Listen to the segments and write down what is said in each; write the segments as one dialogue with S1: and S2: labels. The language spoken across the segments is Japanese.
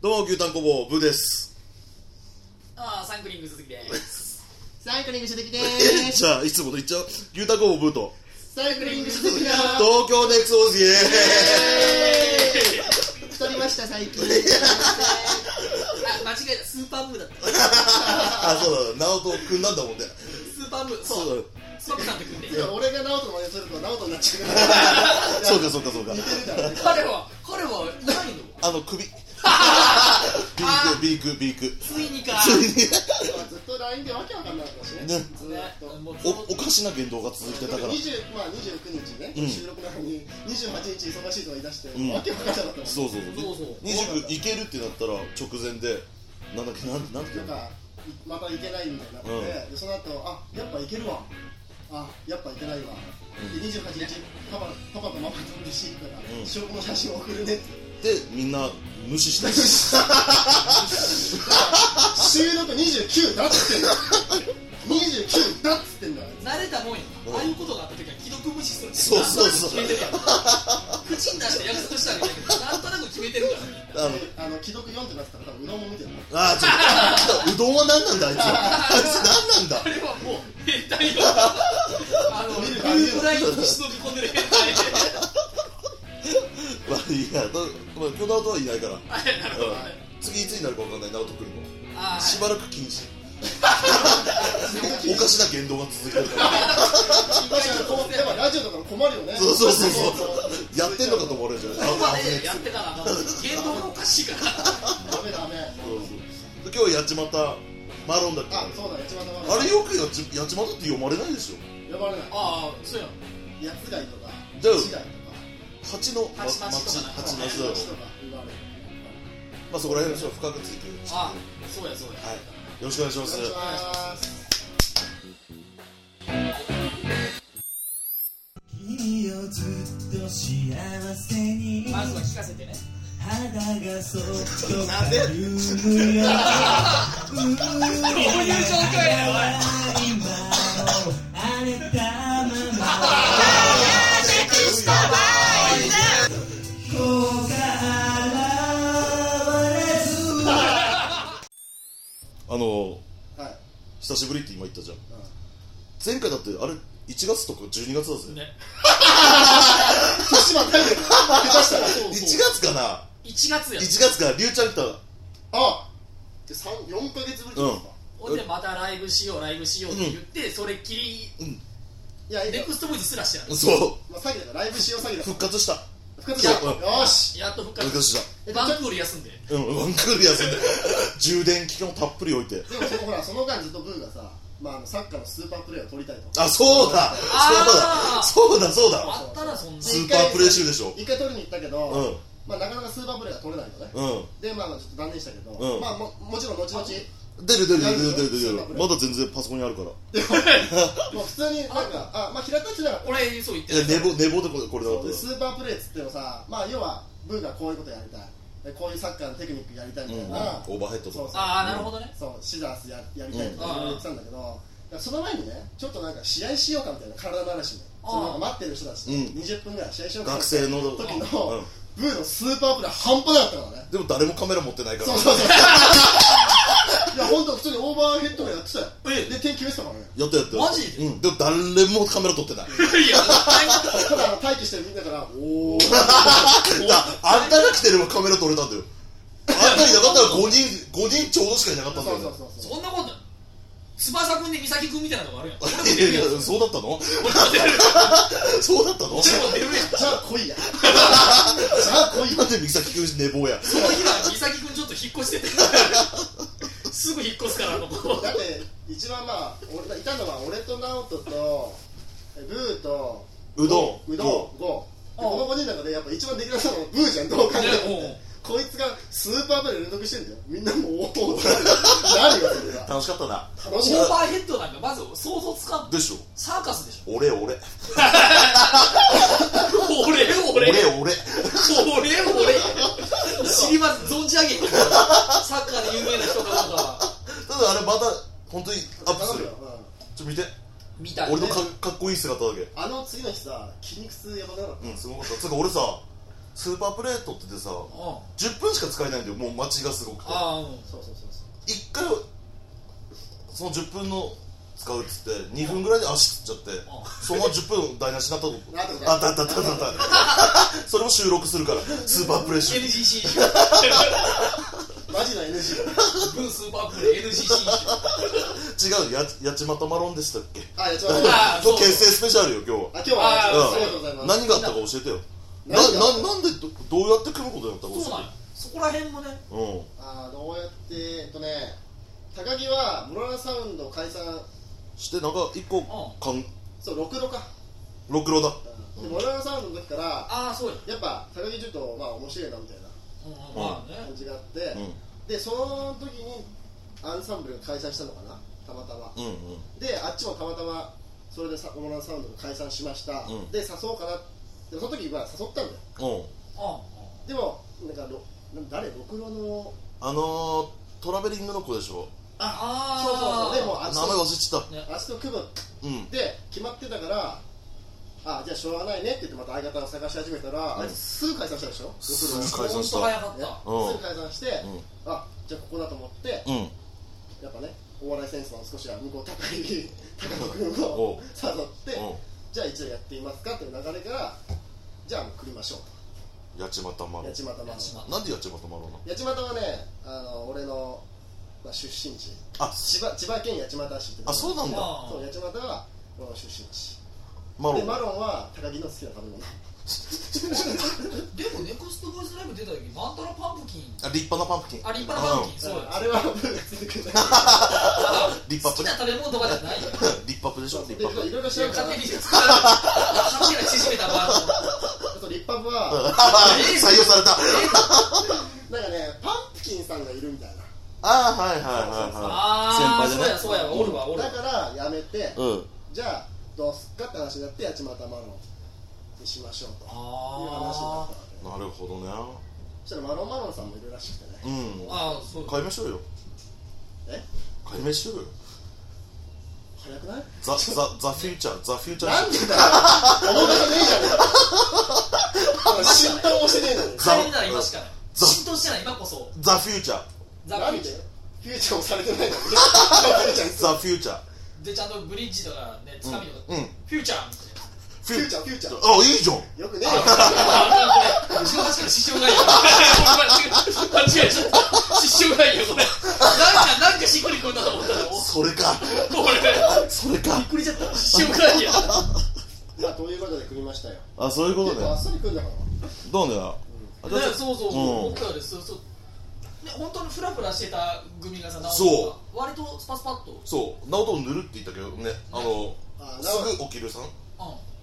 S1: どうも牛タン工房ブーです
S2: ああサンクリング鈴木です
S3: サイクリングしてきて
S1: え
S3: ー
S1: じゃあいつもと言っちゃう牛タン工房ブーと
S3: サイクリングしてきてー
S1: 東京ネクソーズイエ
S3: 太りました最近
S2: あ間違えたスーパームーだった
S1: ーイあそうだ直人君なんだもんね
S2: スーパームーそう
S1: そう
S2: スパムさんと組んで
S3: いや俺が直人の真似すると直人になっちゃうから
S1: だそうかそうかそうか
S2: 彼は彼はないの
S1: あの 首ビー
S2: あ
S1: クビークビーク
S2: ついにか
S3: ずっと LINE でわけわかんなかったしね
S1: ね
S3: ずーっと
S2: もう
S1: おおかしな言動が続いてたから
S3: 20まあ、29日ね、
S1: うん
S3: 収録なのに28日忙しいとか言い出して、
S1: ん
S3: わけわかんなかったもん
S1: そうそう
S2: そう
S1: そ
S2: そう
S1: う二十いけるってなったら直前でなんだっけなんなんて
S3: なんかまた行けないみたいになって、
S1: う
S3: でその後あやっぱ行けるわあやっぱ行けないわ、で28日パパパパとママと嬉しいから、
S1: うん
S3: 証拠の写真を送るねって
S1: でみんな無視した
S3: 収録29だっつってんだ29だっつってんだ
S2: 慣れたもんよああいうことがあった時は既読無視するって
S1: そうそうそう
S2: なんとなく決めてるから口に出して約束したわけだけどなんとなく決めてるからみん
S1: あの
S2: な
S3: あの既読読んでなってたら多分うどんも見てるな
S1: あーちょっとうどんは何なんだあいつはあいつ何なん
S2: あ
S1: だ
S2: れはもう変態よあの
S3: 見る
S2: ニュートラインに忍び込んでる変態
S1: まあいいやだまあこの後はいないから
S2: はいなるほどね
S1: 次いつになるか分かんない直人君も
S2: あ
S1: し
S2: ー
S1: ばらく禁 止おおかしな言動が続いてるから
S3: 確かにこうやっぱラジオだから困るよね
S1: そうそうそうそうやってんのかと思われるじゃない
S2: ここま
S1: あ危ね
S2: で
S1: え
S2: やってたらもう言動がおかしいから
S3: ダメダメ
S1: そうそう今日やっちまったマロンだっけ
S3: あ
S1: あ
S3: そうだ八幡は
S1: れよくやっちやっちまったって読まれないでしょ
S3: 呼ばれない
S2: ああそうやん
S3: 八つ貝とか
S1: じゃあ
S3: 市街とか
S1: 蜂のま
S2: 蜂
S1: 町
S2: の町とか
S1: 蜂の
S2: あ
S1: 巣
S2: そ
S1: だろ
S3: とか言われる
S1: まあそこら辺の人は深くついてる
S2: あそうやそうや
S1: はい、よろしくお願いしま
S3: お
S1: す
S3: 願いします
S4: 君をずっと幸せに
S2: まずは聞かせてね
S4: 肌がそっとかゆむよどういう状
S2: 況や
S4: 今も荒れたまま効果現れず
S1: あの
S3: はい
S1: 久しぶりって今言ったじゃん前回だってあれ1月とか12月だぜ、
S2: ね
S3: 年またいで下手したら
S1: 1
S3: 1
S1: 月かな
S2: 1月や
S1: 1月かりゅうちゃん来たら
S3: あで三4ヶ月ぶりじゃないですか
S2: ほんでまたライブしようライブしようって言ってそれっきり
S3: いや
S2: ネ
S3: え
S2: クストボイスすらしてない
S1: そ
S3: まあ詐欺だからライブしよう詐欺
S1: う
S3: だ
S1: 復活した
S3: 復活した
S1: い
S3: よし
S2: やっと復
S1: 復
S2: 活
S1: 活し
S2: バンクール休んで
S1: たうんワンクール休んで充電期間をたっぷり置いて
S3: でもそのほらその間ずっとブーがさまああのサッカーのスーパープレーを取りたいと
S1: あそうだ
S2: あー
S1: そうだそうだそうだ
S2: あったらそんな
S1: スーパープレー集でしょ
S3: 一回取りに行ったけど、
S1: うん
S3: まあ、なかなかスーパープレーが取れないのね、
S1: う
S3: でまあまあちょっと断念したけど、
S1: うん
S3: まあももちろん後々
S1: ん出る出る出る出る出る
S3: やる
S1: まだ全然パソコンにあるから
S3: もう普通になんかあまあ平田っちなら
S2: 俺そう言って
S1: いや寝坊寝坊でこれこれだ
S3: そうで
S1: っ
S3: スーパープレーっつってもさまあ要はブーがこういうことやりたいでこういうサッカーのテクニックやりたいみたいな、
S1: て、うん、オーバーヘッドとか
S2: ああなるほどね
S3: そうシザースややりたいと
S2: うん
S3: かいろいろ言ってたんだけど、だからその前にねちょっとなんか試合しようかみたいな体の話で
S2: あー
S3: そのなんか待ってる人たちと
S1: うん
S3: 20分ぐらい試合しようか
S1: 学生の
S3: 時
S1: う
S3: の
S1: ん
S3: ブーのスーパープレー半端なかったからね
S1: でも誰もカメラ持ってないから
S3: そうそう そういや本当普通にオーバーヘッドがやってたよ
S2: え
S3: で点決めてたからね
S1: やったやった
S2: マジで
S1: うん、でも誰もカメラ撮 ってない
S2: いや
S3: ただあの待機してるみんなから おお
S1: だあんたが来てればカメラ撮れたんだよあんたいなかったら5人5人ちょうどしかいなかったんだ
S3: そ
S1: よ
S3: う
S1: ね
S3: そうそうそう
S2: そんなこと翼くんで美咲くんみたいなのがあるやん俺も
S1: いやいやそうだったのそうだったの
S2: 出るやん
S3: じゃあ来いやじゃあ来いや
S1: なんで三崎君寝坊や
S2: その日は美咲くんちょっと引っ越してて すぐ引っ越すからここ
S3: だって一番まあ俺いたのは俺と直人とえブーと
S1: うどん
S3: うどんゴーで
S2: おう
S3: この5人の中でやっぱ一番できなさのブーじゃんどう考えて
S2: ねおう
S3: もこいつがスーパープレー連続してんだよみんなもうおおってなるよそれは
S1: 楽しかったな
S3: 楽し
S2: オ
S3: かっ
S2: ーバーヘッドなんかまず想像つかん
S1: でしょ
S2: サーカスでしょ
S1: 俺俺 俺
S2: 俺俺俺
S1: 俺
S2: 俺知りません存じ上げへんサッカーで有名な人かなんかは
S1: ただあれまた本当にア
S3: た
S1: ップ
S3: 頼
S1: す
S3: む
S1: る
S3: よ
S1: よちょ見て
S2: 見たいね
S1: 俺のかかっこいい姿だけ
S3: うんあの次の日さ筋肉痛やばくなかっ
S1: うんすごかったつうか俺さスーパープレートってさ
S2: あ
S1: 10分しか使えないんだよもう待ちがすごくて
S2: あうん
S3: そうそうそうそう
S1: 1回その10分の使うっつって2分ぐらいで足つっちゃってそのまま10分台無しになったとこ
S3: なったこと
S1: あったあったあったあったあったそれも収録するからスーパープレッシュ
S2: NGC
S3: マジな NG
S2: 分スーパープレイ NGC
S1: 違うややっちまたまろんでしたっけ
S3: あやっちまっ
S2: あーそう
S1: の結成スペシャルよ今日は
S3: たあ今日は
S2: あ
S3: ありがとうござい
S1: うん
S3: ます
S1: 何があったか教えてよな
S3: 何が
S1: ななんでどどうやって組むことになったか教
S2: そうなんよそこら辺もね
S1: えて
S3: あーどうやってえっとね高木は室蘭サウンド解散
S1: うんしてなんか一個かん
S3: そう六度か、
S1: ろくろだ
S3: うん、で室蘭サウンドの時から
S2: ああそうや
S3: やっぱ高木ちょっとまあ面白いなみたいな
S2: うんうんまあね
S3: 感じがあって、
S1: う
S3: でその時にアンサンブルが解散したのかなたまたま
S1: んうんうん
S3: であっちもたまたまそれでさ室蘭サウンドが解散しました、
S1: うん
S3: で誘おうかなでもその時は誘ったんだ
S1: うん
S2: う
S3: よでもなんかろなん誰六郎の
S1: あのー、トラベリングの子でしょ
S2: あ
S3: そうそうそうでも
S1: 名
S3: あっち
S1: 前忘
S3: と
S1: れちゃっ
S2: ね
S3: あっちと組む
S1: たうん
S3: で決まってたからあじゃあしょうがないねって言ってまた相方を探し始めたら、
S1: うん
S3: あいつすぐ解散したでしょ
S1: すぐ
S3: 六
S1: 解散した
S2: ほんと早かっ
S3: 郎ね
S2: た
S1: うん
S3: すぐ解散して、あじゃあここだと思って、
S1: うんうん
S3: やっぱねお笑いセンスの少しは向こう高木 高木君
S1: お
S3: を
S1: う
S3: 誘って、
S1: う
S3: じゃあ一度やってみますかという流れからじゃあもう組みましょう
S1: んやっちまったま
S3: と
S1: ろ
S3: 八幡
S2: ん
S3: マロン
S2: 八幡
S1: なんでやっちまったまろなの
S3: 八幡はねあの俺の、まあ、出身地
S1: あ
S3: 千葉千葉県八幡市ってとこ
S1: あそうなんだ
S2: あ
S3: そう八幡は俺の出身地
S1: マロ
S3: でマロンは高木の好きな食べ物
S2: でもネクストボイスライブ出た時マントラパンプキン
S1: あ立派なパンプキン
S2: あ立派なパンプキンそう
S3: うん
S2: や
S3: あれはブーがついてくるだ
S1: リップア
S2: 好
S1: ップ
S2: き
S1: ね
S2: な食べ物とかじゃないよ
S1: リップアップでしょ
S3: け
S1: リッ
S3: で
S1: プアッ
S3: い
S1: プ
S3: ろいろ調べた
S2: 勝
S3: ら
S2: 手に作られた勝手に縮めたバンド
S3: そうリッパブは
S1: あー採用された
S3: なんかねパンプキンさんがいるみたいな
S1: あーはいはい
S2: ああ
S1: はいはい先輩で
S2: そう
S1: ね
S2: やそうやおるわおるわ
S3: だからやめて
S1: うん
S3: じゃあどうすっかって話になって八幡マロンにしましょうという話になっ
S2: あ
S3: たので
S1: なるほどね
S3: そしたらマロンマロンさんもいるらしくてね
S1: うん
S2: ーあーそう
S1: 解明しようよ
S3: え
S1: 解明しようよ
S3: 早くない
S1: ザ・ザ・ザ・フューチャーザ・フューチャ
S3: なん
S1: ー
S3: でだよ思い出ねえじゃねえか浸透もしてねえのに
S1: ザ
S2: 帰れなら今しかない
S1: ザ
S2: 浸透してない今こそ
S1: ザ・フューチャー
S2: ザ・
S3: なん
S2: ブ
S3: で
S2: リッジ
S3: フューチャーもされてないのにフューチャーに
S1: ザ・フューチャー
S2: でちゃんとブリッジとかねつかみとか
S1: うんうん
S2: フューチャーみたいな
S1: フ
S3: フューチャーフューチャー
S1: あいいじゃん
S3: よくねえよ
S2: あこれ後ろ確かに支障ないよ間違え間違えちゃった支障ないよこれなんかなんかしっくりこんだと思ったら
S1: それか
S2: これ
S1: それか
S2: びっくりしちゃった支障ないよ
S3: まあということで組みましたよ
S1: あそういうこ
S3: 結
S1: と
S3: 構あ
S1: ね
S3: っさり組んだから
S1: どうねあじゃあ
S2: ね、そうそうそう、
S1: うん
S2: 僕らですそうそうね本当にフラフラしてた組がさ直人
S1: そ
S2: が割とスパスパっと、うん、
S1: そう直人塗るって言ったけどねあの
S3: あ
S1: すぐ起きるさん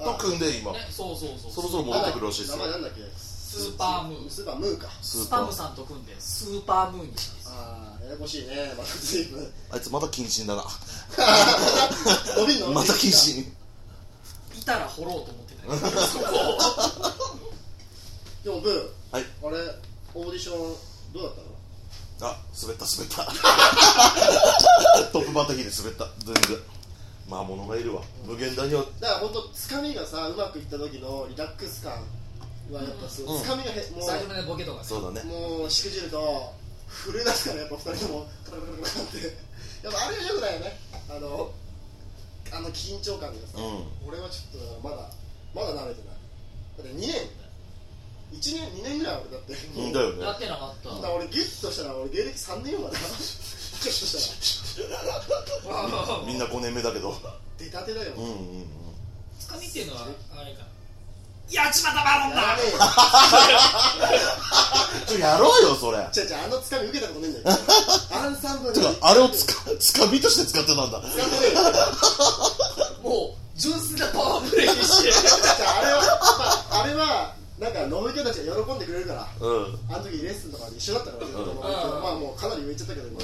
S1: と組んで今
S2: ねそうそうそう
S1: そろそろ
S2: ス
S1: 戻ってくるらしいっす
S3: 名
S1: よ
S3: 前なんだっけ
S2: スーパームー
S3: スーパームーか
S1: スーパ
S2: パム
S1: ー
S2: さんと組んでスーパームーンにしたんです
S3: ああややこしいねまた随分
S1: あいつまた謹慎だな
S3: 伸びんの
S1: また謹慎
S2: いたら掘ろうと思ってた けどそこを
S3: でもブー
S1: はい
S3: あれオーディションどうだったの
S1: あ滑った滑ったトップバッターヒーで滑った全然魔物がいるわ無限大には
S3: だから本当つかみがさうまくいった時のリラックス感はやっぱすごい、
S1: うん
S3: つかみがへも
S2: 最初のねボケとかね
S1: そうだね
S3: うもうしくじると震え出すからやっぱ二人ともカラカラカラカラってやっぱあれがよくないよねあのあの緊張感が
S1: う
S3: さ、俺はちょっとだからまだまだ慣れてないだって2年だよ1年2年ぐらい俺だって
S1: いいんだよね
S2: やってなかった
S3: だから俺ギュッとしたら俺芸歴3年よまだギュッとしたら
S1: みんな5年目だけど
S3: 出たてだよ、
S1: うんうん
S3: や
S1: うん
S2: つかみっていうのはあれかやっちまったバロン
S3: ら
S2: だ
S3: ねえよ
S1: ちょやろうよそれ
S3: 違う違うあのつかみ受けたことねえんだよアンサンブル
S1: てかあれをつかつかみとして使ってたんだ
S3: 使ってねえよ
S2: もう純粋なパワープレイに して
S3: じゃああれは、まあ、あれはなんか飲む人たちが喜んでくれるから
S1: うん
S3: あの時レッスンとかで一緒だったから、ずっと
S1: うん
S3: まあもうかなり上行っちゃったけど今、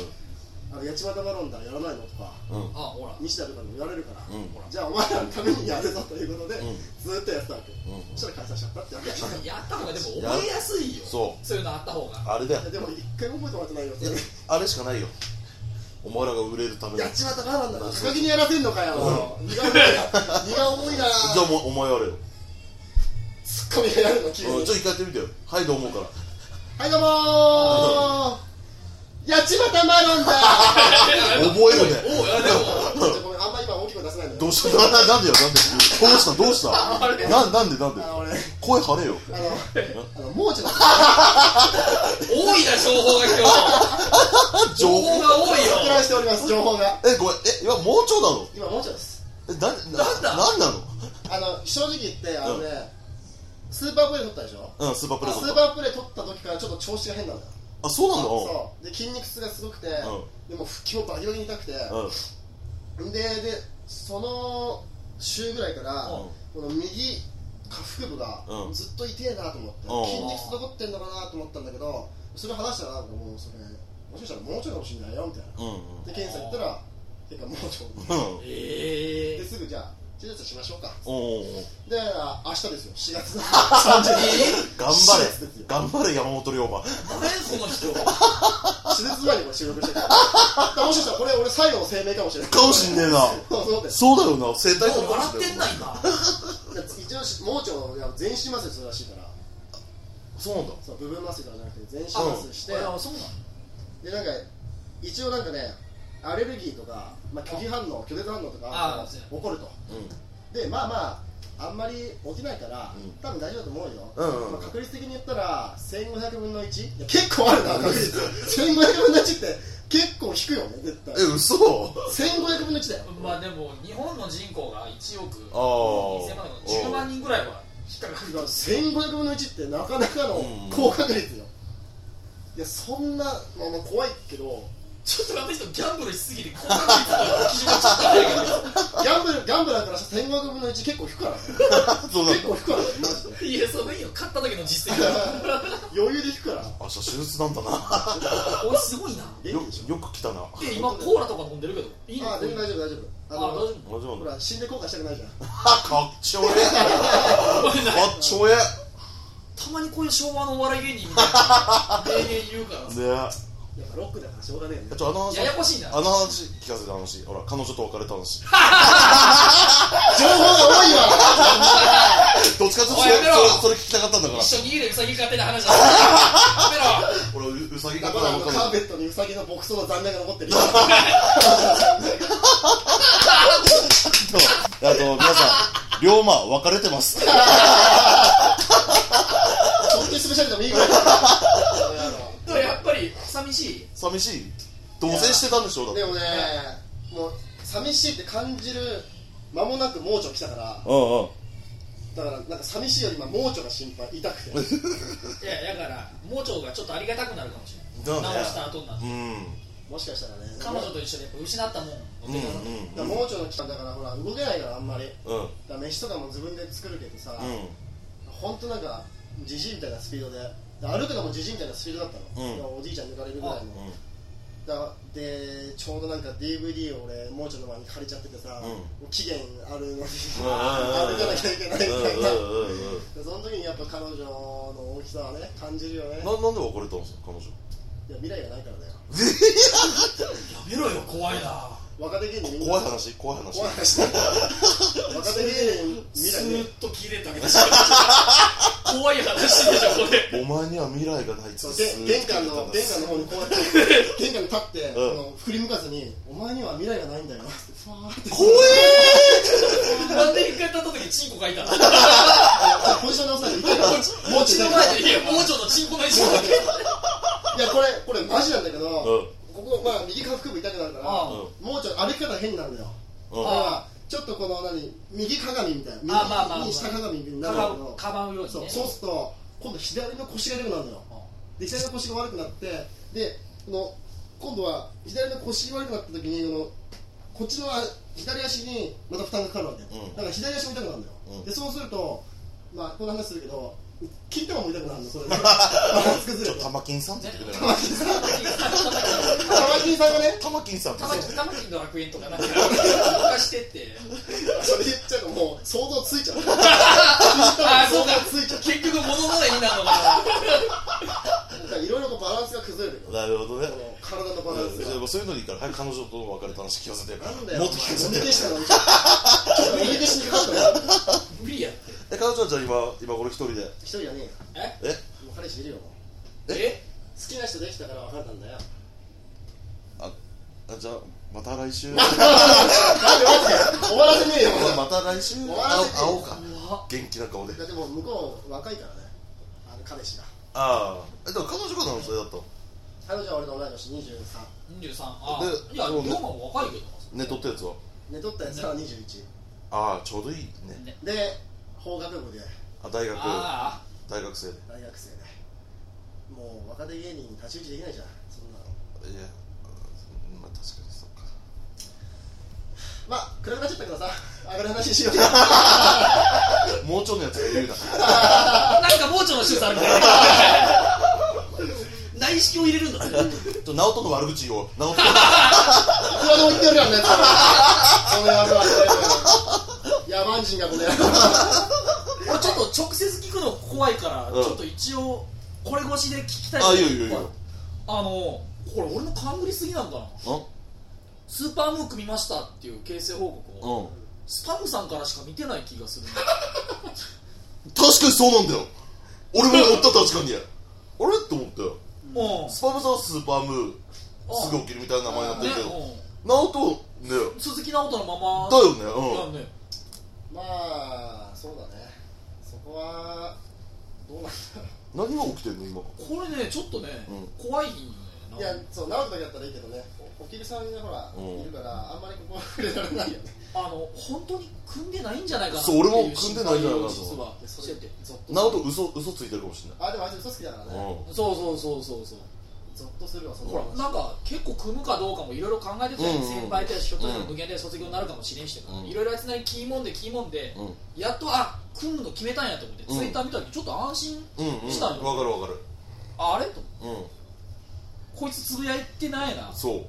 S3: あの八幡マロンだやらないのとか
S1: うん
S2: あほら
S3: 西田とかにも言われるから、
S1: うん
S3: ほらじゃあお前らのためにやるぞということで、
S1: うん
S3: ずっとやってたわけ、
S1: ん
S3: そしたら解散しちゃったってわけ
S2: やった方がでも覚えやすいよ
S1: そう
S2: そういうのあった方が
S1: あれだよ
S3: でも一回も覚えてもらってないよそれ
S1: あれしかないよお前らが売れるためにじゃ
S3: 八幡マロンだ高木にや らせんのかよ、荷が重いな荷が重いな
S1: あもうお前やれよ
S2: つか
S3: コミがやるの急に
S1: うんちょっと一回やってみてよはいどう思うから
S3: はいどうもー八幡マロンだ
S1: 覚えるね
S2: おういやでも
S3: ーちょっとごめんあんま今大きい声出せないんだ
S1: ど
S3: よ
S1: うしたなななんでよなんでどうしたどうしたななんでなんで
S3: あの俺
S1: 声張れよ
S3: あのあのもうちょっと
S2: 多いな情報が今日情
S1: 情
S2: 報
S1: 報
S2: が多いよ
S3: 拡大しております情報が
S1: えごめんえ今盲腸だろ
S3: 今もうちょっとです
S1: えな
S2: なんだ
S1: なんなの
S3: あの正直言ってあのね、スーパープレー取ったでしょ
S1: うんスーパープレ
S3: あ
S1: ゼ
S3: ス
S1: ン
S3: ー
S1: ト
S3: パープレー取った時からちょっと調子が変なんだよ
S1: あそうなんだ
S3: そうで筋肉痛がすごくて、
S1: ん
S3: でも腹筋もバリバリに痛くて、
S1: うんうん
S3: ででその週ぐらいから、
S1: うん
S3: この右下腹部が
S1: うん
S3: ずっと痛えなと思って、
S1: うん
S3: 筋肉痛残ってんのかなと思ったんだけどそれ話したらなんかもうそれもしかしたら盲腸かもしれないよみたいな
S1: うん
S3: で検査行ったら結果盲腸
S1: うんうん
S2: え
S3: ですぐじゃあ手術しましょうか
S1: おー
S3: で明日ですよ4月の30日
S1: 頑張れ頑張れ山本龍馬
S2: ー、誰その人
S3: 手術前にこれ収録してる からもしかしたらこれ俺最後の声明かもしれない
S1: かもしんねえな
S3: そうそうだよ
S1: そうだよな生態
S2: もう笑ってんな今
S3: 一応盲腸は全身麻酔するらしいから
S1: そうなんだ
S3: そう部分麻酔とかじゃなくて全身麻酔して
S2: あそうな
S3: でなんか一応なんかねアレルギーとか、まあ、拒否反応拒絶反応と
S2: あ
S3: か
S2: ー
S3: 起こると
S1: うん
S3: でまあまああんまり起きないから、
S1: うん
S3: 多分大丈夫だと思うよ、
S1: うんうん
S3: まあ、確率的に言ったら1500分の1いや結構あるな確率1500分の1って結構低いよね絶対
S1: え嘘
S3: 1500分の1だよ
S2: のまあでも日本の人口が1億
S1: あー
S2: 2000万の10万人ぐらいは引っかかる
S3: だから1500分の1ってなかなかの
S1: うん
S3: 高確率よ、いやそんな、まあ、まあ怖いけど
S2: ちょっとあの人ギャンブルしすぎてこんな基準がちょっとあれや
S3: ギャンブルギャンブラーからしたら1500分の1結構低いからね
S1: そうなん
S3: 結
S1: だ
S3: 構低いからねマジで
S2: けどいやそのいいよ勝った時の実績だ
S3: 余裕で引くから
S1: 明日手術なんだな
S2: おいすごいな
S1: よ
S3: 元気でしょ
S1: よく来たな
S2: え今コーラとか飲んでるけどいいの
S3: ああ全然大丈夫大丈
S2: あ
S3: 夫あの
S2: 大丈
S1: マジなん
S3: ほ
S1: だ
S3: ら死んで後悔したくないじゃん
S1: かっちょえ
S2: 夫
S1: えかっちょえ
S2: たまにこういう昭和のお笑い芸人みたいな名言言うから
S1: えねえ
S3: やっぱロックだからしょうがねえ
S1: ちょあの話
S2: ややこしいな
S1: あの話聞かせた話ほら彼女と別れた話
S3: 情報が多いわ
S1: どっちかっていうと
S2: お
S1: そ
S2: い
S1: れ
S2: やめろ
S1: それそれ聞きたかったんだから
S2: 一緒にいるウサギ勝手な話だや
S1: 俺ううさぎ
S3: だ
S1: か
S3: か
S1: と
S3: らあ
S1: 思
S3: の
S1: った
S3: カ
S1: んだ
S3: ーペットにウサギの牧草の残念が残 ってるよ
S1: あと皆さん龍馬別れてます
S3: そっちスペシャルでもいいぐらいだ
S2: めろやっぱり寂しい
S1: 寂しい同棲してたんでしょだって
S3: でもねもう寂しいって感じる間もなく盲腸来たから
S1: うんうん
S3: だからなんか寂しいより今盲腸が心配痛く て
S2: いやだから盲腸がちょっとありがたくなるかもしれない
S1: だね
S2: 直した後になって
S1: うん
S3: もしかしたらね
S2: 彼女と一緒でやっぱ失ったもん
S1: うん
S2: 持ってたの
S3: だから
S1: うん
S3: 盲腸の期間だからほら動けないからあんまりだ
S1: うんうん
S3: から飯とかも自分で作るけどさ、本当なんかじじいみたいなスピードでで歩くのもじじいみたいなスピードだったの、
S1: うん
S3: でおじいちゃん抜かれるぐらいの
S1: うん
S3: だでちょうどなんか DVD を俺盲腸の前に借りちゃっててさ、
S1: うん
S3: もう期限あるのに歩
S1: うん
S3: かなきゃいけないみたい
S1: うん
S3: な、
S1: うんうんうん
S3: でその時にやっぱ彼女の大きさはね感じるよね
S1: ななんで別れたんですか彼女
S3: いや未来がないからだよ
S2: やめろよ怖いな
S3: 若手芸人みんな
S1: 怖い話怖い話
S3: 怖い話若手芸人未
S2: ず
S3: 来ね
S2: ーっと聞いてたけど怖い話でしょこれ
S1: お前には未来がないっつ
S3: そう
S1: ってずー
S3: で
S1: っと
S3: 玄関の玄関の方にこうやって 玄関に立って、
S1: うん
S3: あの振り向かずに「お前には未来がないんだよ」ってふわーって
S1: 怖え
S2: なんで一回立った時にチンコ書いたの
S3: あポジション直さないといけない
S2: 持ちの前でいや盲腸のチンコの位置だけ
S3: いやこれこれマジなんだけど、
S1: うん
S3: ここまあ右下腹部痛くなるから
S2: ああ
S3: もうちょっと歩き方変なんだよ
S1: ー
S3: だ
S2: あ
S3: からちょっとこの何右鏡みたいな右
S2: あまあまあまあ
S3: 右下鏡みたいにな
S2: か
S3: るんだ
S2: ばう
S3: けど
S2: かばうように
S3: そ
S2: ね
S3: うそうすると今度左の腰が痛くなるのよで左の腰が悪くなってでこの今度は左の腰が悪くなった時にこのこっちのあ左足にまた負担がかかるわけ、
S1: うん
S3: だから左足も痛くなるんだよ、
S1: うん
S3: でそうするとまあこの話するけど切ったも痛くなるのそれ でバラン
S1: ち
S3: ス崩
S1: ょ
S3: れて
S1: 玉金さんって言ってくれない
S3: 玉木さんがね
S1: 玉金さんって
S2: た
S1: 言っ
S2: ま
S1: て
S2: きたまきの楽園とかなんか動かしてって
S3: それ言っちゃうともう想像ついちゃう
S2: ああそうか
S3: ついちゃう
S2: 結局物まねになるのか
S3: だからいろいろこうバランスが崩れるよ
S1: なるほどね
S3: この体のバランス
S1: うん
S3: が
S1: でもそういうのにいいから早く彼女との別れた話聞かせてよ
S3: なんだよ
S1: もっと聞かせ
S3: お前も
S1: てよ
S3: み消したのにちょっともみ消しにかかったの
S2: な無理やって
S1: え彼女じゃんじゃあ今今頃一人で
S3: 一人じゃねえよ
S1: え
S3: えもう彼氏いるよもう
S2: え
S3: 好きな人できたから別れたんだよ
S1: ああじゃあまた来週
S3: 終わらせねえよ
S1: また来週
S3: 終わら
S1: あ
S3: せて
S1: 会おうか
S2: 怖っ
S1: 元気な顔で
S3: だってもう向こう若いからねあの彼氏が
S1: ああえでも彼女かなのそれだと
S3: 彼女は俺と同い年23
S2: 23あ
S1: で
S2: いや
S1: あ
S2: 龍
S1: の
S2: 馬も若いけど
S1: ね取ったやつは
S3: 寝取ったやつは21
S1: ああちょうどいいね
S2: ね
S3: で法学部で
S1: あ大学
S2: あ
S1: 大学生で
S3: 大学生でもう若手芸人に立ち打ちできないじゃんそんなの
S1: いやうんまあ確かにそうか
S3: まあ暗くなっちゃったからさ上がる話し ようよ
S1: もうちょいのやつが言うな
S2: あなんか盲腸の手術あるみたいな 内視鏡入れるんだって
S1: ちょっと直人の悪口を直人
S3: いくらでも言ってやるからねその野郎野蛮人がこれ
S2: 俺ちょっと直接聞くの怖いから、
S1: うん
S2: ちょっと一応これ越しで聞きたい
S1: あいいよいいよいいよ
S2: あのこれ俺の勘繰りすぎなんかな
S1: う
S2: スーパームーク見ましたっていう形成報告を、
S1: んうん
S2: スパムさんからしか見てない気がするんだ
S1: 確かにそうなんだよ俺も思った確かにあれって思ったよ
S2: うん
S1: スパムさんはスーパームーすぐ起きるみたいな名前になってるけど
S2: ね
S1: 直人ね
S2: うん鈴木直人のまま
S1: だよねうん
S2: だよね
S3: まあそうだねそこはどうなんだろう
S1: 何が起きてんの今
S2: これねちょっとね、
S1: う
S2: 怖いんよね
S3: いや、そう、直人だけだったらいいけどね、おおきるさんがほら、
S1: うん
S3: いるから、あんまりここは触れられないよね。
S2: あの本当に組んでないんじゃないかな
S1: そう俺も組んでないんじゃないかなと
S2: ってう心配を実
S3: でそ
S2: は
S3: れ
S2: してて
S3: ゾッと
S1: 直人嘘嘘ついてるかもしれない
S3: あ、でもあいつ嘘つきだからね。
S1: う
S2: そうそうそうそうそう
S3: ゾッとするわ、その
S2: ほらなんか結構組むかどうかもいろいろ考えてたよ、
S1: うんうん
S2: 先輩とやしひょっとしたら無限で卒業になるかもしれんしとか
S1: うん
S2: いろいろあいつなりにキーもんでキーもんで、
S1: んうん
S2: やっとあ組むの決めたんやと思って、
S1: うん
S2: ツイッター見た時ちょっと安心
S1: うんうん
S2: したよ
S1: わかるわかる
S2: ああれと思って
S1: う
S2: こいつつぶやいてないなん
S1: そう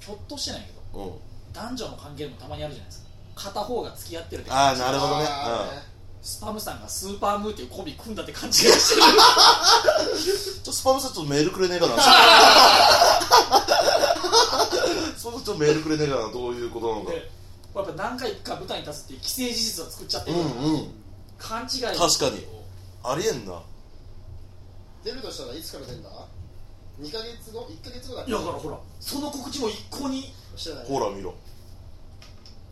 S2: ひょっとしてないけど
S1: うん
S2: 男女の関係もたまにあるじゃないですか片方が付き合ってるって
S1: ああなるほどね
S3: あー
S2: スパムさんがスーパームーっていうコンビ組んだって感じがしてる
S1: うんちょスパムさんちょっとメールくれねえ かなそのちょっとメールくれねえかなどういうことなのか
S2: でやっぱ何回か舞台に立つっていう既成事実を作っちゃって
S1: う
S2: るから、
S1: んうん
S2: 勘違い
S1: 確かにありえんな
S3: 出るとしたらいつから出るんだ ?2 ヶ月後 ?1 ヶ月後だっ
S2: い
S3: け
S2: やだからほらその告知も一向に
S3: してない。
S1: ほら見ろ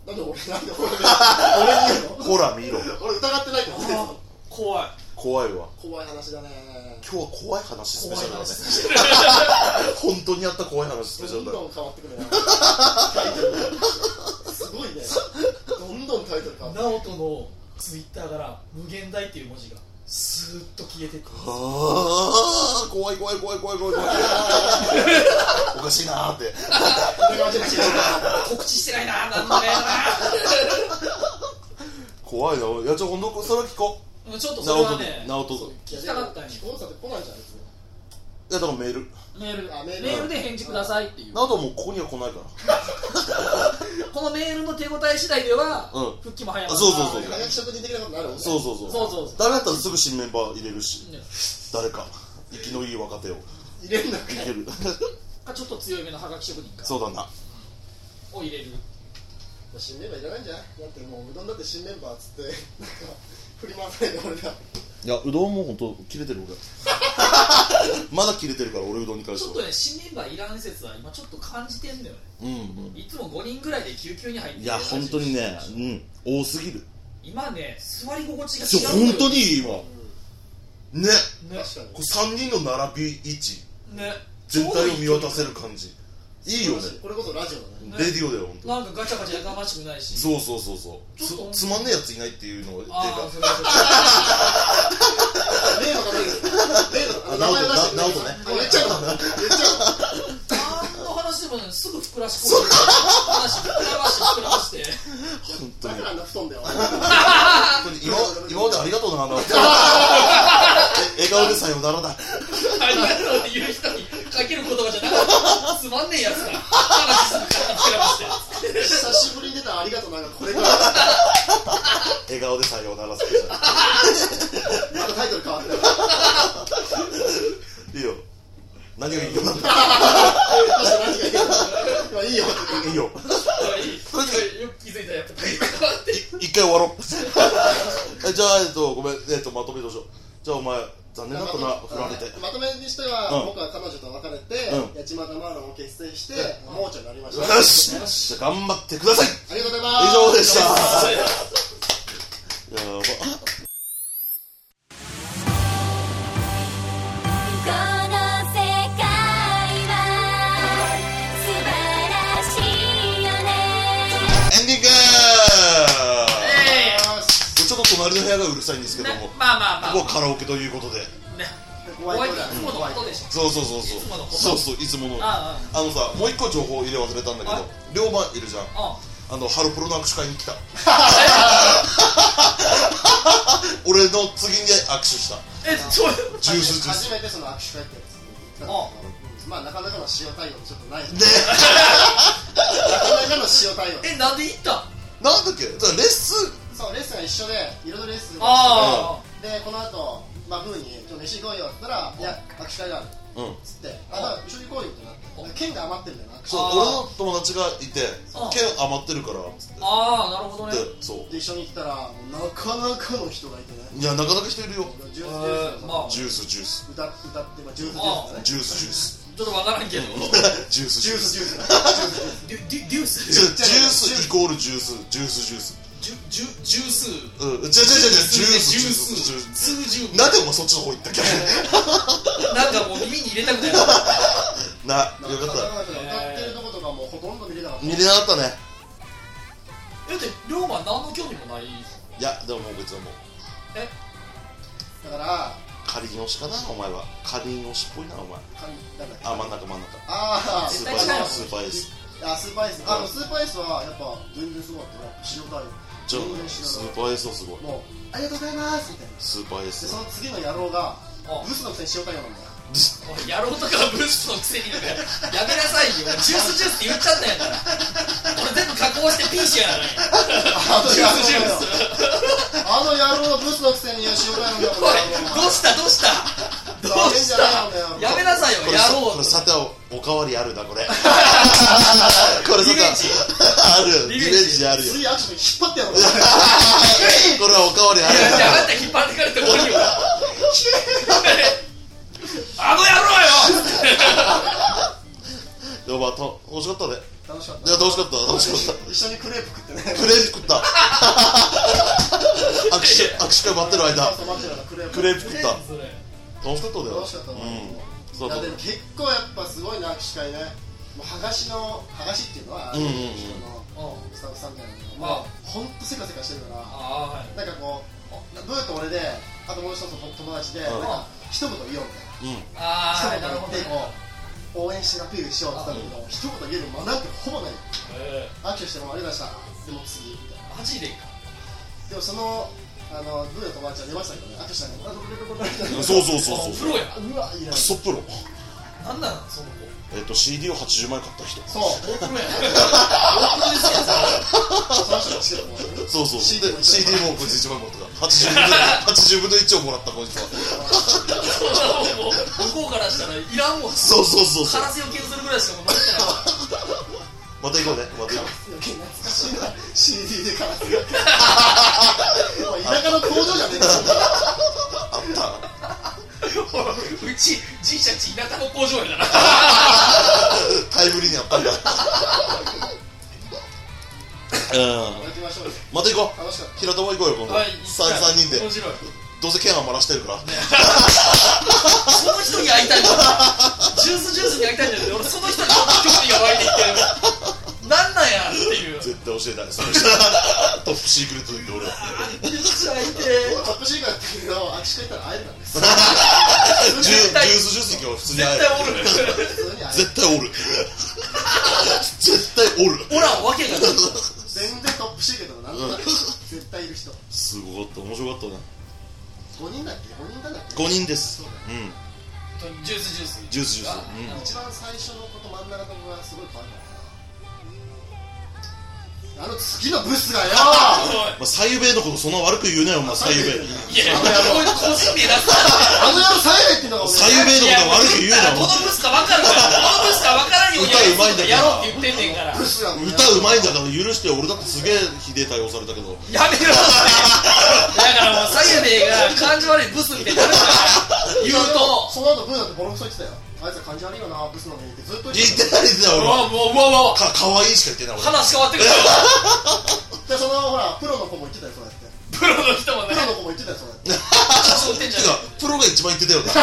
S3: なんで俺、なんで俺が、俺に言うの
S1: ほら見ろ
S3: 俺疑ってないからね
S2: あー怖い
S1: 怖いわ
S3: 怖い話だね。
S1: 今日は怖い話スペ
S2: 怖
S1: シ
S2: い
S1: ャルだね
S2: 話
S1: 本当にやった怖い話スペシャル
S3: ど
S1: だ
S3: ん
S1: ね
S3: どん変わってくる ね。すごいね。どんどんタイトル変わってく る。
S2: 直人のツイッターから「無限大」っていう文字がスーッと消え てって
S1: ああ怖い怖い怖い怖い怖い 怖いおかしいなーって
S2: 告知してないななんもね
S1: 怖いないやちょほんとそれは聞こ
S2: えなちょっとそれはね
S1: 直人直人
S2: そう聞きたかったんよ
S3: 飛行機って来ないじゃん、別に。
S1: ういやだからメール
S2: メール
S3: あメール
S2: メールで返事くださいっていう
S1: などもうここには来ないから
S2: このメールの手応え次第では
S1: うん
S2: 復帰も早ま
S1: あ
S2: る
S1: そうそう
S3: あ
S1: そ
S3: あ
S1: う
S3: れ、役職人的なことになるもんね。
S1: そうそうそう
S2: そうそうそう
S1: 誰だったらすぐ新メンバー入れるし
S2: ね
S1: 誰か生きのいい若手を
S3: 入れんだか
S1: いけ る
S2: かちょっと強いめのハガキ職人か
S1: そうだな
S2: を入れる
S3: 新メンバーいらないんじゃないだってもううどんだって新メンバーっつってなんか振り回さないで俺ら
S1: いやうどんも本当切れてる俺 まだ切れてるから俺うどんに関
S2: ちょ
S1: し
S2: っ
S1: て
S2: と
S1: は
S2: ね新メンバーいらん説は今ちょっと感じてんだよね
S1: うんうん
S2: いつも5人ぐらいで救急に入ってる
S1: いや本当にねうん多すぎる
S2: 今ね座り心
S1: ちょ
S2: 地が違う
S1: 本当にいいわね
S2: 当ね
S3: 確かに
S1: こう3人の並び位置
S2: ね
S1: 全体を見渡せる感じいいよね
S3: これこそラジオだね
S1: レ
S2: ね
S1: ディオだよ本当
S2: なんかガチャガチャやかましくないし
S1: そうそうそうそう
S2: ちょっと
S1: つつまんねえやついないっていうのがで
S2: あ
S1: か
S2: あ
S1: い
S2: そうそうそう
S1: あ
S3: 例のが出る例のあ名前出して
S1: なおとななおとね
S3: あ言っちゃうの言っちゃうの
S2: 何の話でもねすぐ膨らしこう話膨らまして膨らまして
S1: 本当
S3: だ
S1: に
S3: からあんな布団だよ
S1: 本当に今今までありがとうなあのえ笑顔でさようならだ
S2: ありがとうって言う人にかける言葉じゃなかったつまんねえやつだ話すぐ膨らまして
S3: 久しぶりに出たありがとうなんかこれから
S1: 笑顔でさようならスペシャ
S3: まだタイトル変わってない
S1: ルいいよ何がいいよ
S3: 確かに何がいいいいよ
S1: いいよ
S2: あいいよく気づいたらやっぱ変わって
S1: 一回終わろうじゃ あ、えっと、ごめん、えっと、まとめどうしよう。じゃあ、お前、残念だったな、振られて。
S3: まとめにしては、
S1: うん
S3: 僕は彼女と別れて、
S1: うん
S3: 八幡マーロンを結成して、
S1: う
S3: 盲腸になりました。
S1: よし、よし頑張ってください。
S3: ありがとうござ
S1: 以
S3: います。
S1: 上 でした。やば。
S5: この世界は素晴らしいよね
S1: エンディング
S2: え
S1: ちょっと隣の部屋がうるさいんですけ
S2: ー
S1: ども、
S2: ね
S1: こ
S2: まあまあまあ
S1: こはカラオケということで、
S2: ね
S3: 怖い
S2: おい
S3: 怖い
S2: つものことでしょ
S1: そうそうそうそう
S2: いつものこ、と
S1: そうそう、いつもの。あ
S2: あ
S1: のさ、もう一個情報入れ忘れたんだけ
S2: はい
S1: ど、龍馬いるじゃん。
S2: ああ
S1: あの、ハロプロの握手会に来た。
S2: あ
S1: 俺の次に握手した。
S2: えそう
S1: ジュースジュース。
S3: 初めてその握手会ってやつに行ったんですけどまあ、なかなかの塩対応ちょっとないです
S1: ね
S3: ね。なかなかの塩対応。
S2: えなんで行った
S1: なんだっけだからレッス
S3: そう、レッスンが一緒で、いろいろレッスンが
S2: ああ
S3: 一緒で、で、この後、まあ、ふうに、ちょっと飯行こうよって言ったら、いや、握手会がある。
S1: ンうん。
S3: つって、あ、じゃあ一緒に行こうよってなって、剣が余ってるんだよな、握手
S1: そう、
S2: あー
S1: 俺の友達がいて
S2: あ、
S1: 剣余ってるから、つって。
S2: ああなるほどね
S1: で、そ
S3: で、一緒に行ったら、なかなかの人がいてね、
S1: う。いや、なかなか人いるよ。
S3: ジュースジュ
S2: え
S3: ース
S2: ー、まあ
S1: ジ
S2: ち
S1: ュースジュース。ジュースジュース。
S3: 歌歌って、まあ、ジュースジュースだね。
S2: ょっとわからんけど
S1: ジュース
S3: ジ
S1: ジ
S3: ュ
S1: ュー
S3: ー
S1: ス。
S3: スジュース。
S2: デ
S1: ジュジュースイ
S2: ュデュデュース
S1: コールジュース。ジュースジュース。
S2: ジュジュジュース
S1: うん、違う違う違う、ジュース、ジュース、ジュース。
S2: 数十
S1: なんでお前そっちの方行ったっけ
S2: なんかもう耳に入れたくな
S1: な、
S2: い
S1: よかっ。
S3: 歌ってるとことかもうほとんど見れなかった
S1: 見
S3: た。
S1: れなかったね。
S2: だって龍馬何の興味もない
S1: いや、でももう別にもう、
S2: え
S3: だから、
S1: 仮に推しかな、お前は。仮に推しっぽいな、お前。
S3: 神なんだっけ
S1: あ、真ん中真ん中。
S3: ああ、
S1: スー
S2: 絶
S1: パ
S2: 対
S1: ー
S2: 違うよ
S1: スーパーエース。
S3: あスーパーエース。あの、スーパーエースは、やっぱ、全然すごかったね。塩対応。
S1: じゃあ
S3: 全然、
S1: ス
S3: 知ら
S1: ー
S3: ない。
S1: パーエースはすごい。
S3: もう、ありがとうございますみたいな。で、
S1: スーパーエース
S3: そ。の次の野郎が、
S2: あ
S3: ブスのくせに塩対応なんだよ。
S2: おい野郎とかブースのくせにとかやめなさいよジュースジュースって言っちゃったんやから俺全部加工してピーシやない
S3: あの
S2: ジュースジュー
S3: 野
S2: ス
S3: 郎あの野郎のブスのくせに塩対応なんだよ。
S2: おいどうしたどうしたどうしたやめなさいよ
S1: これさこれさて
S2: 野郎
S1: はおかわりあるなこれこれさ
S2: リベンジ
S1: て あるリベ
S2: リベンジ
S1: ンジあるよ
S3: 次、アクション引っ張ってや
S1: これは
S3: ろう。
S1: おかわりあ
S2: いや
S1: る
S2: じゃああんた引っ張ってかれて終わりよ あの野郎よ
S1: よばと楽しかったね
S3: 楽しかった。
S1: いや楽しかった楽しかっ
S3: 一緒にクレープ食って
S1: た
S3: ね。
S1: クレープ食った 握手握手会待ってる間
S3: そう待ってる間クレープ。
S1: クレープ食った
S2: それ
S1: 楽しかっただよ
S3: 楽しかった
S1: うん
S3: な
S1: そう
S3: い
S1: だ
S3: や
S1: っ
S3: でも
S1: た
S3: 結構やっぱすごいな握手会ねもう剥がしの剥がしっていうのは、
S1: うんうんうん
S3: のスタッフさんみたいなの
S2: あ
S3: がもうほんとせかせかしてるか
S2: ああはい
S3: らなんかこうブーと俺であともう一つの友達で、
S1: うん
S3: なんか一言言おう
S1: う
S3: み
S1: ん
S2: あ
S3: た
S2: あ
S3: いな
S2: な
S3: 一
S2: る
S3: 言
S2: ほどね
S3: 言ってこう応援してアピールしようって言ったんだけど、一言言える間なんてほぼない
S2: え
S3: 握手してもありがとうございましたでも次みたいな
S2: ーマジでか
S3: でもそのあのブーの友達は出ましたけどね握手したらあどれ
S1: そう
S3: う
S1: そうそう
S2: あプ
S1: そう
S2: ロや
S3: うわいいな
S1: クソ
S3: そ
S1: プロ
S2: なんなのその子
S1: えっと CD を80枚買った人
S3: う
S2: 大プロや大プロですよ
S3: その人がしてるもん
S1: そうそう
S3: CD も
S1: で CD もこいつ1枚持ってた80分の80分の1をもらったこいつは
S2: そんなもんもう向こうからしたらいらんもんカ
S1: そうそうそうそう
S2: ラスよけをするぐらいしかもう持ってない
S1: また行こうねまた行こう
S3: 懐かしいな CD でカラスがもう田舎の工場じゃねえか
S1: あった
S2: うちじいちゃんち田舎の工場やから
S1: タイムリーにやったんだうん
S3: やってみましょうよ
S1: また行こ
S3: 楽しかっ
S1: う平玉行こうよ今度、
S2: はい
S1: 三三 人で
S2: 面白い
S1: どうせ剣余らしてるから
S2: その人に会いたいんだジュースジュースに会いたいんだけど俺その人に興味が湧いてきてるなんなんやって いう
S1: 絶対教えないその人 トップシークレットで俺
S2: ジュース会いて
S3: たトップシークレットだけど握手会行ったら会えるからね
S1: ジュ
S2: 絶対
S1: ジュースジュース行けば普通に会え
S2: 絶
S1: る
S2: 対おる
S3: 普通に会える
S1: 絶 対おる絶対おる
S2: おらんわけがない
S3: 全然トップシークレットもなんとなく絶対いる人
S1: すごかった面白かったね
S3: 5人だっけ5人だっけ
S1: 5人です
S3: そうだよ
S1: うん
S2: ジュースジュース
S1: ジュースジュース
S2: あ
S1: うん
S3: 一番最初のこと真ん中のとこがすごい変わるからなあの月のブスがよ
S1: まあ、左右米のことそんな悪く言うなよ、お前、左右米。
S2: いやいや、こういう個人名出すな
S3: あの野郎サイレっていうのがお
S1: 左
S3: 前
S1: 右米のことは悪く言うなよ、
S2: どのブスか分かるから、どのブスか分からんように
S1: 歌うまいんだけど
S2: やろうって言ってんねんから。
S3: ブスが
S1: お前。歌うまいんだから許してよ、俺だってすげえひでえ対応されたけど。
S2: やめろだからもう、サユベイが感じ悪いブスみたいになるから、言うと、
S3: その後ブーだってボロクソ言ってたよあいつは感じ悪いよなブスなのにってずっと
S1: 言
S3: 言っ
S1: っててないんだよ、
S2: う
S1: 俺
S2: わ、
S1: は。
S2: もう、うわ、うわ、
S1: か、かわいいしか言ってない、俺。
S2: 話変わってくるよ。
S3: たでそのほらプロの子も言ってたよそうやって
S2: プロの人も
S3: プ
S2: ね、
S3: ロの子も言ってたよそうやって
S2: 調子乗ってんじ
S1: て
S2: ゃ
S1: か
S2: ん。、
S1: プロが一番言ってた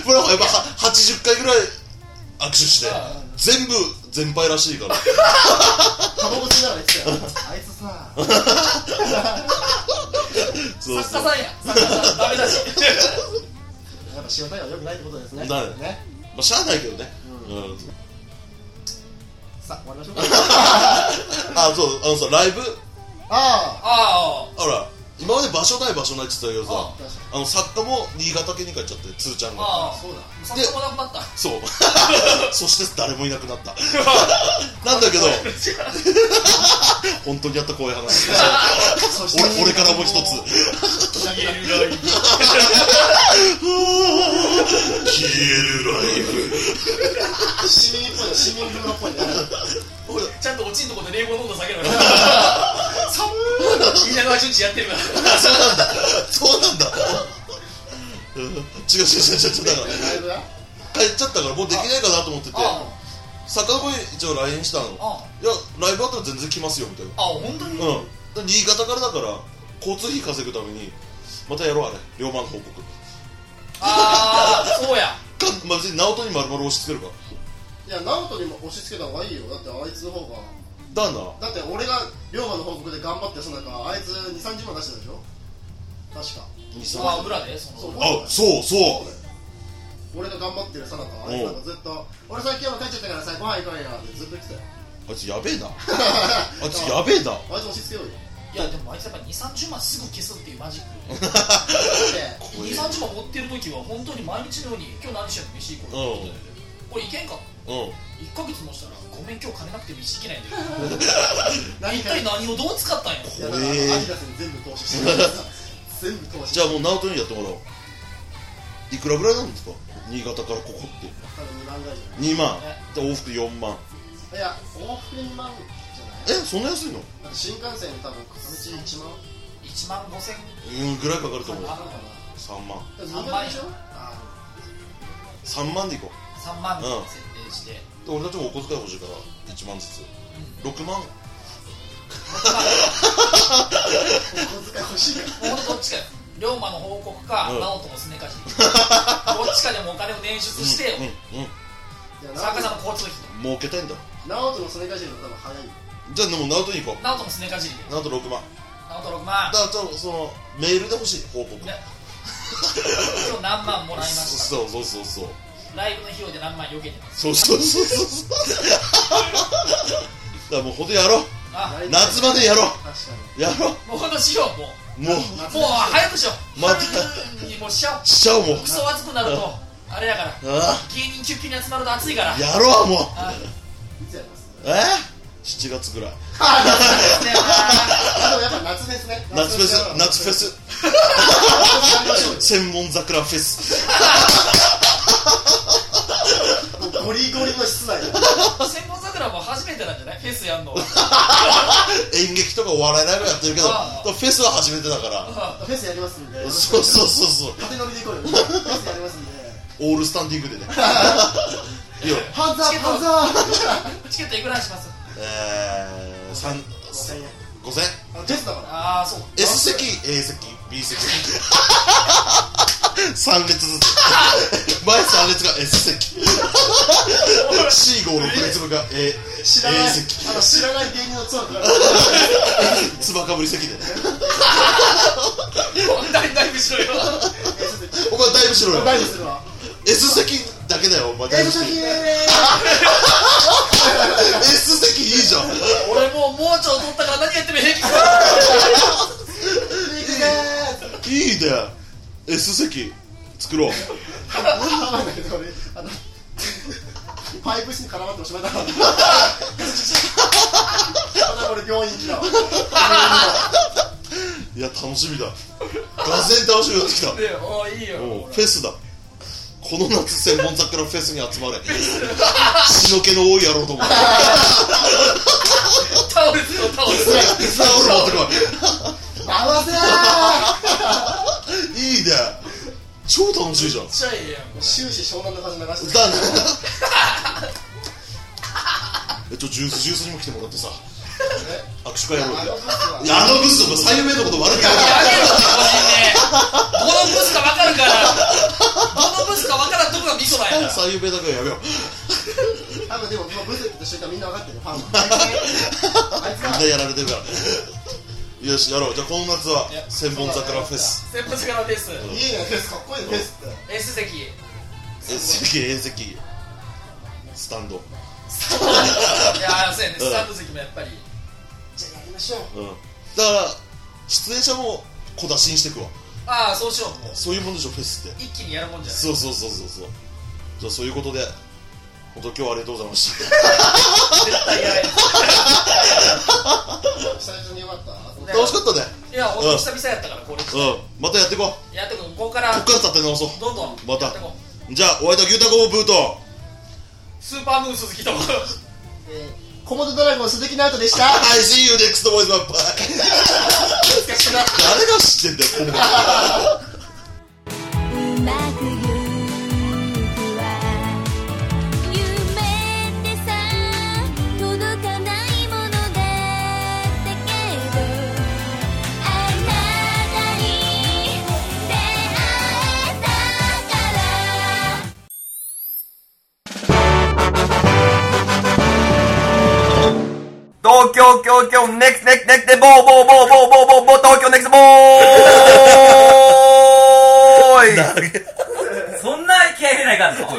S1: よな。 プロがやっぱは80回ぐらい握手して、全部、全敗らしいから。
S3: タバコ吸いながら言ってたよあいつさ
S1: そうそう。
S2: 作家さんや。作家さん、ダメだし。
S3: やっぱ仕事には良くないってことですね
S1: だよ
S3: ね
S1: まあ、しゃあないけどね。うん。
S3: さあ終わりましょうか
S1: あ、そう、あのさ、ライブ、
S3: あ
S2: ああ、
S1: ほら、今まで場所ない場所ないって言ってたけどさ
S2: あ、
S1: あの、作家も新潟県に帰っちゃって、つーちゃんが。
S2: あ
S3: あそうだ
S2: 作家もなくなった。
S1: そう そして誰もいなくな ったなんだけど本当にやった怖い 話
S3: そして
S1: 俺俺からもう一つ
S2: 消えるライブ。
S1: 消えるライブ
S3: 市民っぽいの市民風呂っぽいね
S2: ちゃんと落ちんとこで冷房の温度下げろよ。 寒い。稲川淳二やってるから。
S1: そうなんだそうなんだうん違う違う違う違うだから
S3: ライブだ
S1: 帰っちゃったからもうできないかなと思ってて
S2: あ
S1: 坂の子に一応 LINE したのい
S2: あ、
S1: やライブあったら全然来ますよみたいな
S2: あ、本当に。
S1: うん新潟からだから交通費稼ぐためにまたやろうあれ龍馬の報告
S2: ああ、そうや。
S1: か、まあ、別に直人に丸々押し付けるか
S3: いや直人にも押し付けた方がいいよだってあいつの方が
S1: だな
S3: だって俺が龍馬の報告で頑張ってその中あいつ2 3 0万出してたでしょ確か
S2: あ、裏で、そ
S3: そう
S2: の。
S1: あそうそう
S3: 俺が頑張ってるさなかあいつなんかずっと「俺さ今日帰っちゃったからさご飯行こうよ」ってずっと言ってたよ
S1: あいつやべえ なあいつやべえな
S3: あいつ押し付けようよ
S2: いや、でも、あいつやっぱ二三十万すぐ消すっていうマジック。
S3: だって
S1: これ
S2: 二三十万持ってる時は、本当に毎日のように、今日何しよう、飯行こうって言ってて。これいけんか。
S1: うん
S2: 一ヶ月もしたら、ごめん、今日金なくて飯行けないんだよ。
S3: 何
S2: 一体何をどう使ったんや。
S3: いやだからあのアディダスに全部投資してるからさ全部投資
S1: じゃあもう直人にやってもらおういくらぐらいなんですか新潟からここって
S3: 多分2万ぐらいじゃ
S1: 2万
S2: え
S1: で往復4万
S3: ないいや往復2万じゃない
S1: えそんな安いの
S3: だって新幹線多分片道1万
S2: 一万五千。
S1: うんぐらいかかると思う
S3: かかるかな
S1: 3万
S3: だから2万でしょあ
S1: 3万でいこう
S2: 三万
S1: うん
S2: 設定して。
S1: で俺たちもお小遣い欲しいから1万ずつ6万
S3: ーお小遣い欲しいから
S2: もうどっちかよ龍馬の報告か、
S1: うん
S2: 直人のすねかじ りどっちかでもお金を捻出して、
S1: うんうん
S3: いや
S2: 作家さん
S3: 直
S2: の交通費
S1: 儲けたいんだ
S3: 人直人のそれ返しの方が多分早いよ
S1: じゃあでも直人に行こう
S2: と直人のすねかじりで
S1: 直人6万
S2: 直人6万
S1: だからちょっとそのメールで欲しい報告
S2: ね今日何万もらいまし
S1: そうそうそうそう
S2: たライブの費用で何万よけてます
S1: そうそうそうそうそう だからもうほんとやろう
S2: あ
S1: 夏までやろ
S3: 確か
S1: うやろ
S2: もうほんとしようも
S1: うもう
S3: に
S2: うもう早くしよう
S1: また
S2: 春にもうしちゃおう
S1: しちゃおうもう
S2: クソ暑くなるとあれだから
S1: あ
S2: 芸人救急に集まると暑いから
S1: あやろうもう
S2: あ
S3: いつやります
S1: え7月ぐらい
S3: あでもやっぱ夏フェスね
S1: 夏フェス夏フェ
S3: ス
S1: ス
S3: やりましょうよ
S1: 専門桜フェス
S3: ゴリゴリの室内で
S2: 千本桜も初めてなんじゃないフェスやんの
S1: 演劇とかお笑いライブやってるけど
S2: ああ
S1: フェスは初めてだから
S2: あ
S3: フェスやりますんで
S1: そうそう
S3: う
S1: そうそう
S3: 縦乗りで行こうよフェスやりますんで
S1: オールスタンディングで ねいや
S3: ハンザーハンザ
S2: チケットいくらにします
S1: えー、3
S3: ー5000円
S1: 5000
S3: あのフェスだから
S2: ああそう
S1: S 席 A 席 B 席 3列ずつ前3列が S 席 C56 列分が A,
S3: 知らない
S1: A 席
S3: あの知らない芸人のツアーから
S1: つばかぶり席で
S2: こんなにだいぶしろよ
S1: お前だいぶしろよ
S3: 大丈夫するわ
S1: S 席だけだよお前だいぶしろ S 席いいじゃん
S2: 俺もう盲腸取ったから何やっても平気
S1: いいね S 席作ろう
S3: ハワイだけど俺あのパイプ室に絡まってもしまいたかった。まだ俺病院行きだわ。
S1: いや楽しみだがぜん楽しみになってきた
S2: でおーいいよ
S1: もうフェスだこの夏専門雑貨のフェスに集まれ血の気の多い野郎ども
S2: タオルズをタオルズ
S1: タオル持ってこ
S3: 回せー
S1: いいいね超楽しいじゃんだ
S2: ちゃいいやんこ
S3: 終始湘南の風流して
S1: ねえっとジュースジュースにも来てもらってさ握手会やろう
S3: あ
S1: よ
S3: のブスはい
S1: やあのブスとか左右目のこと悪くない
S2: れやめろって個人ねどのブスか分かるからどのブスか分からんとこがミソなんや
S1: 左右目だけはやめよう
S3: 多分でももうブスって瞬間みんな分かってるよファンはあい
S1: み
S3: つ
S1: ん
S3: は
S1: なやられてるから よしやろうじゃあこの夏は千本桜フェス
S2: 先発からフェス
S3: いいねフェスかっこいいねフェスって
S2: S
S1: 遠席
S2: 席
S1: 遠席スタンド
S2: いやーそうやねスタンド席もやっぱり
S3: じゃあやりましょう
S1: うんだから出演者も小出しにしてくわ
S2: ああそうしようもう
S1: そういうもんでしょフェスって
S2: 一気にやるもんじゃない
S1: そうそうそうそうそうじゃあそういうことで本当今日はありがとうございました
S2: 絶対やれ
S3: 久々によかっ た
S1: 楽しかったね
S2: いやほんと久々やったからこれ
S1: うんまたやっていこうこ
S2: やってこうここから
S1: っから立て直そう
S2: どんどん
S1: また
S2: やってこう
S1: じゃあお相手は牛太郎ブート
S2: スーパームーン鈴木と
S3: えーコモドドラゴン鈴木直人でした
S1: I see you next boys bye bye 誰が知ってんだよこんなの
S5: うまくゆくは夢ってさ届かないものだったけどあなたに出会えたから
S6: 東京、京、京、ネクス、ネクス、ネクス、で、ボー、ボー、ボー、ボー、ボー、ボー、ボー、東京、ネクス、ボーイそんな気合い入れないかんの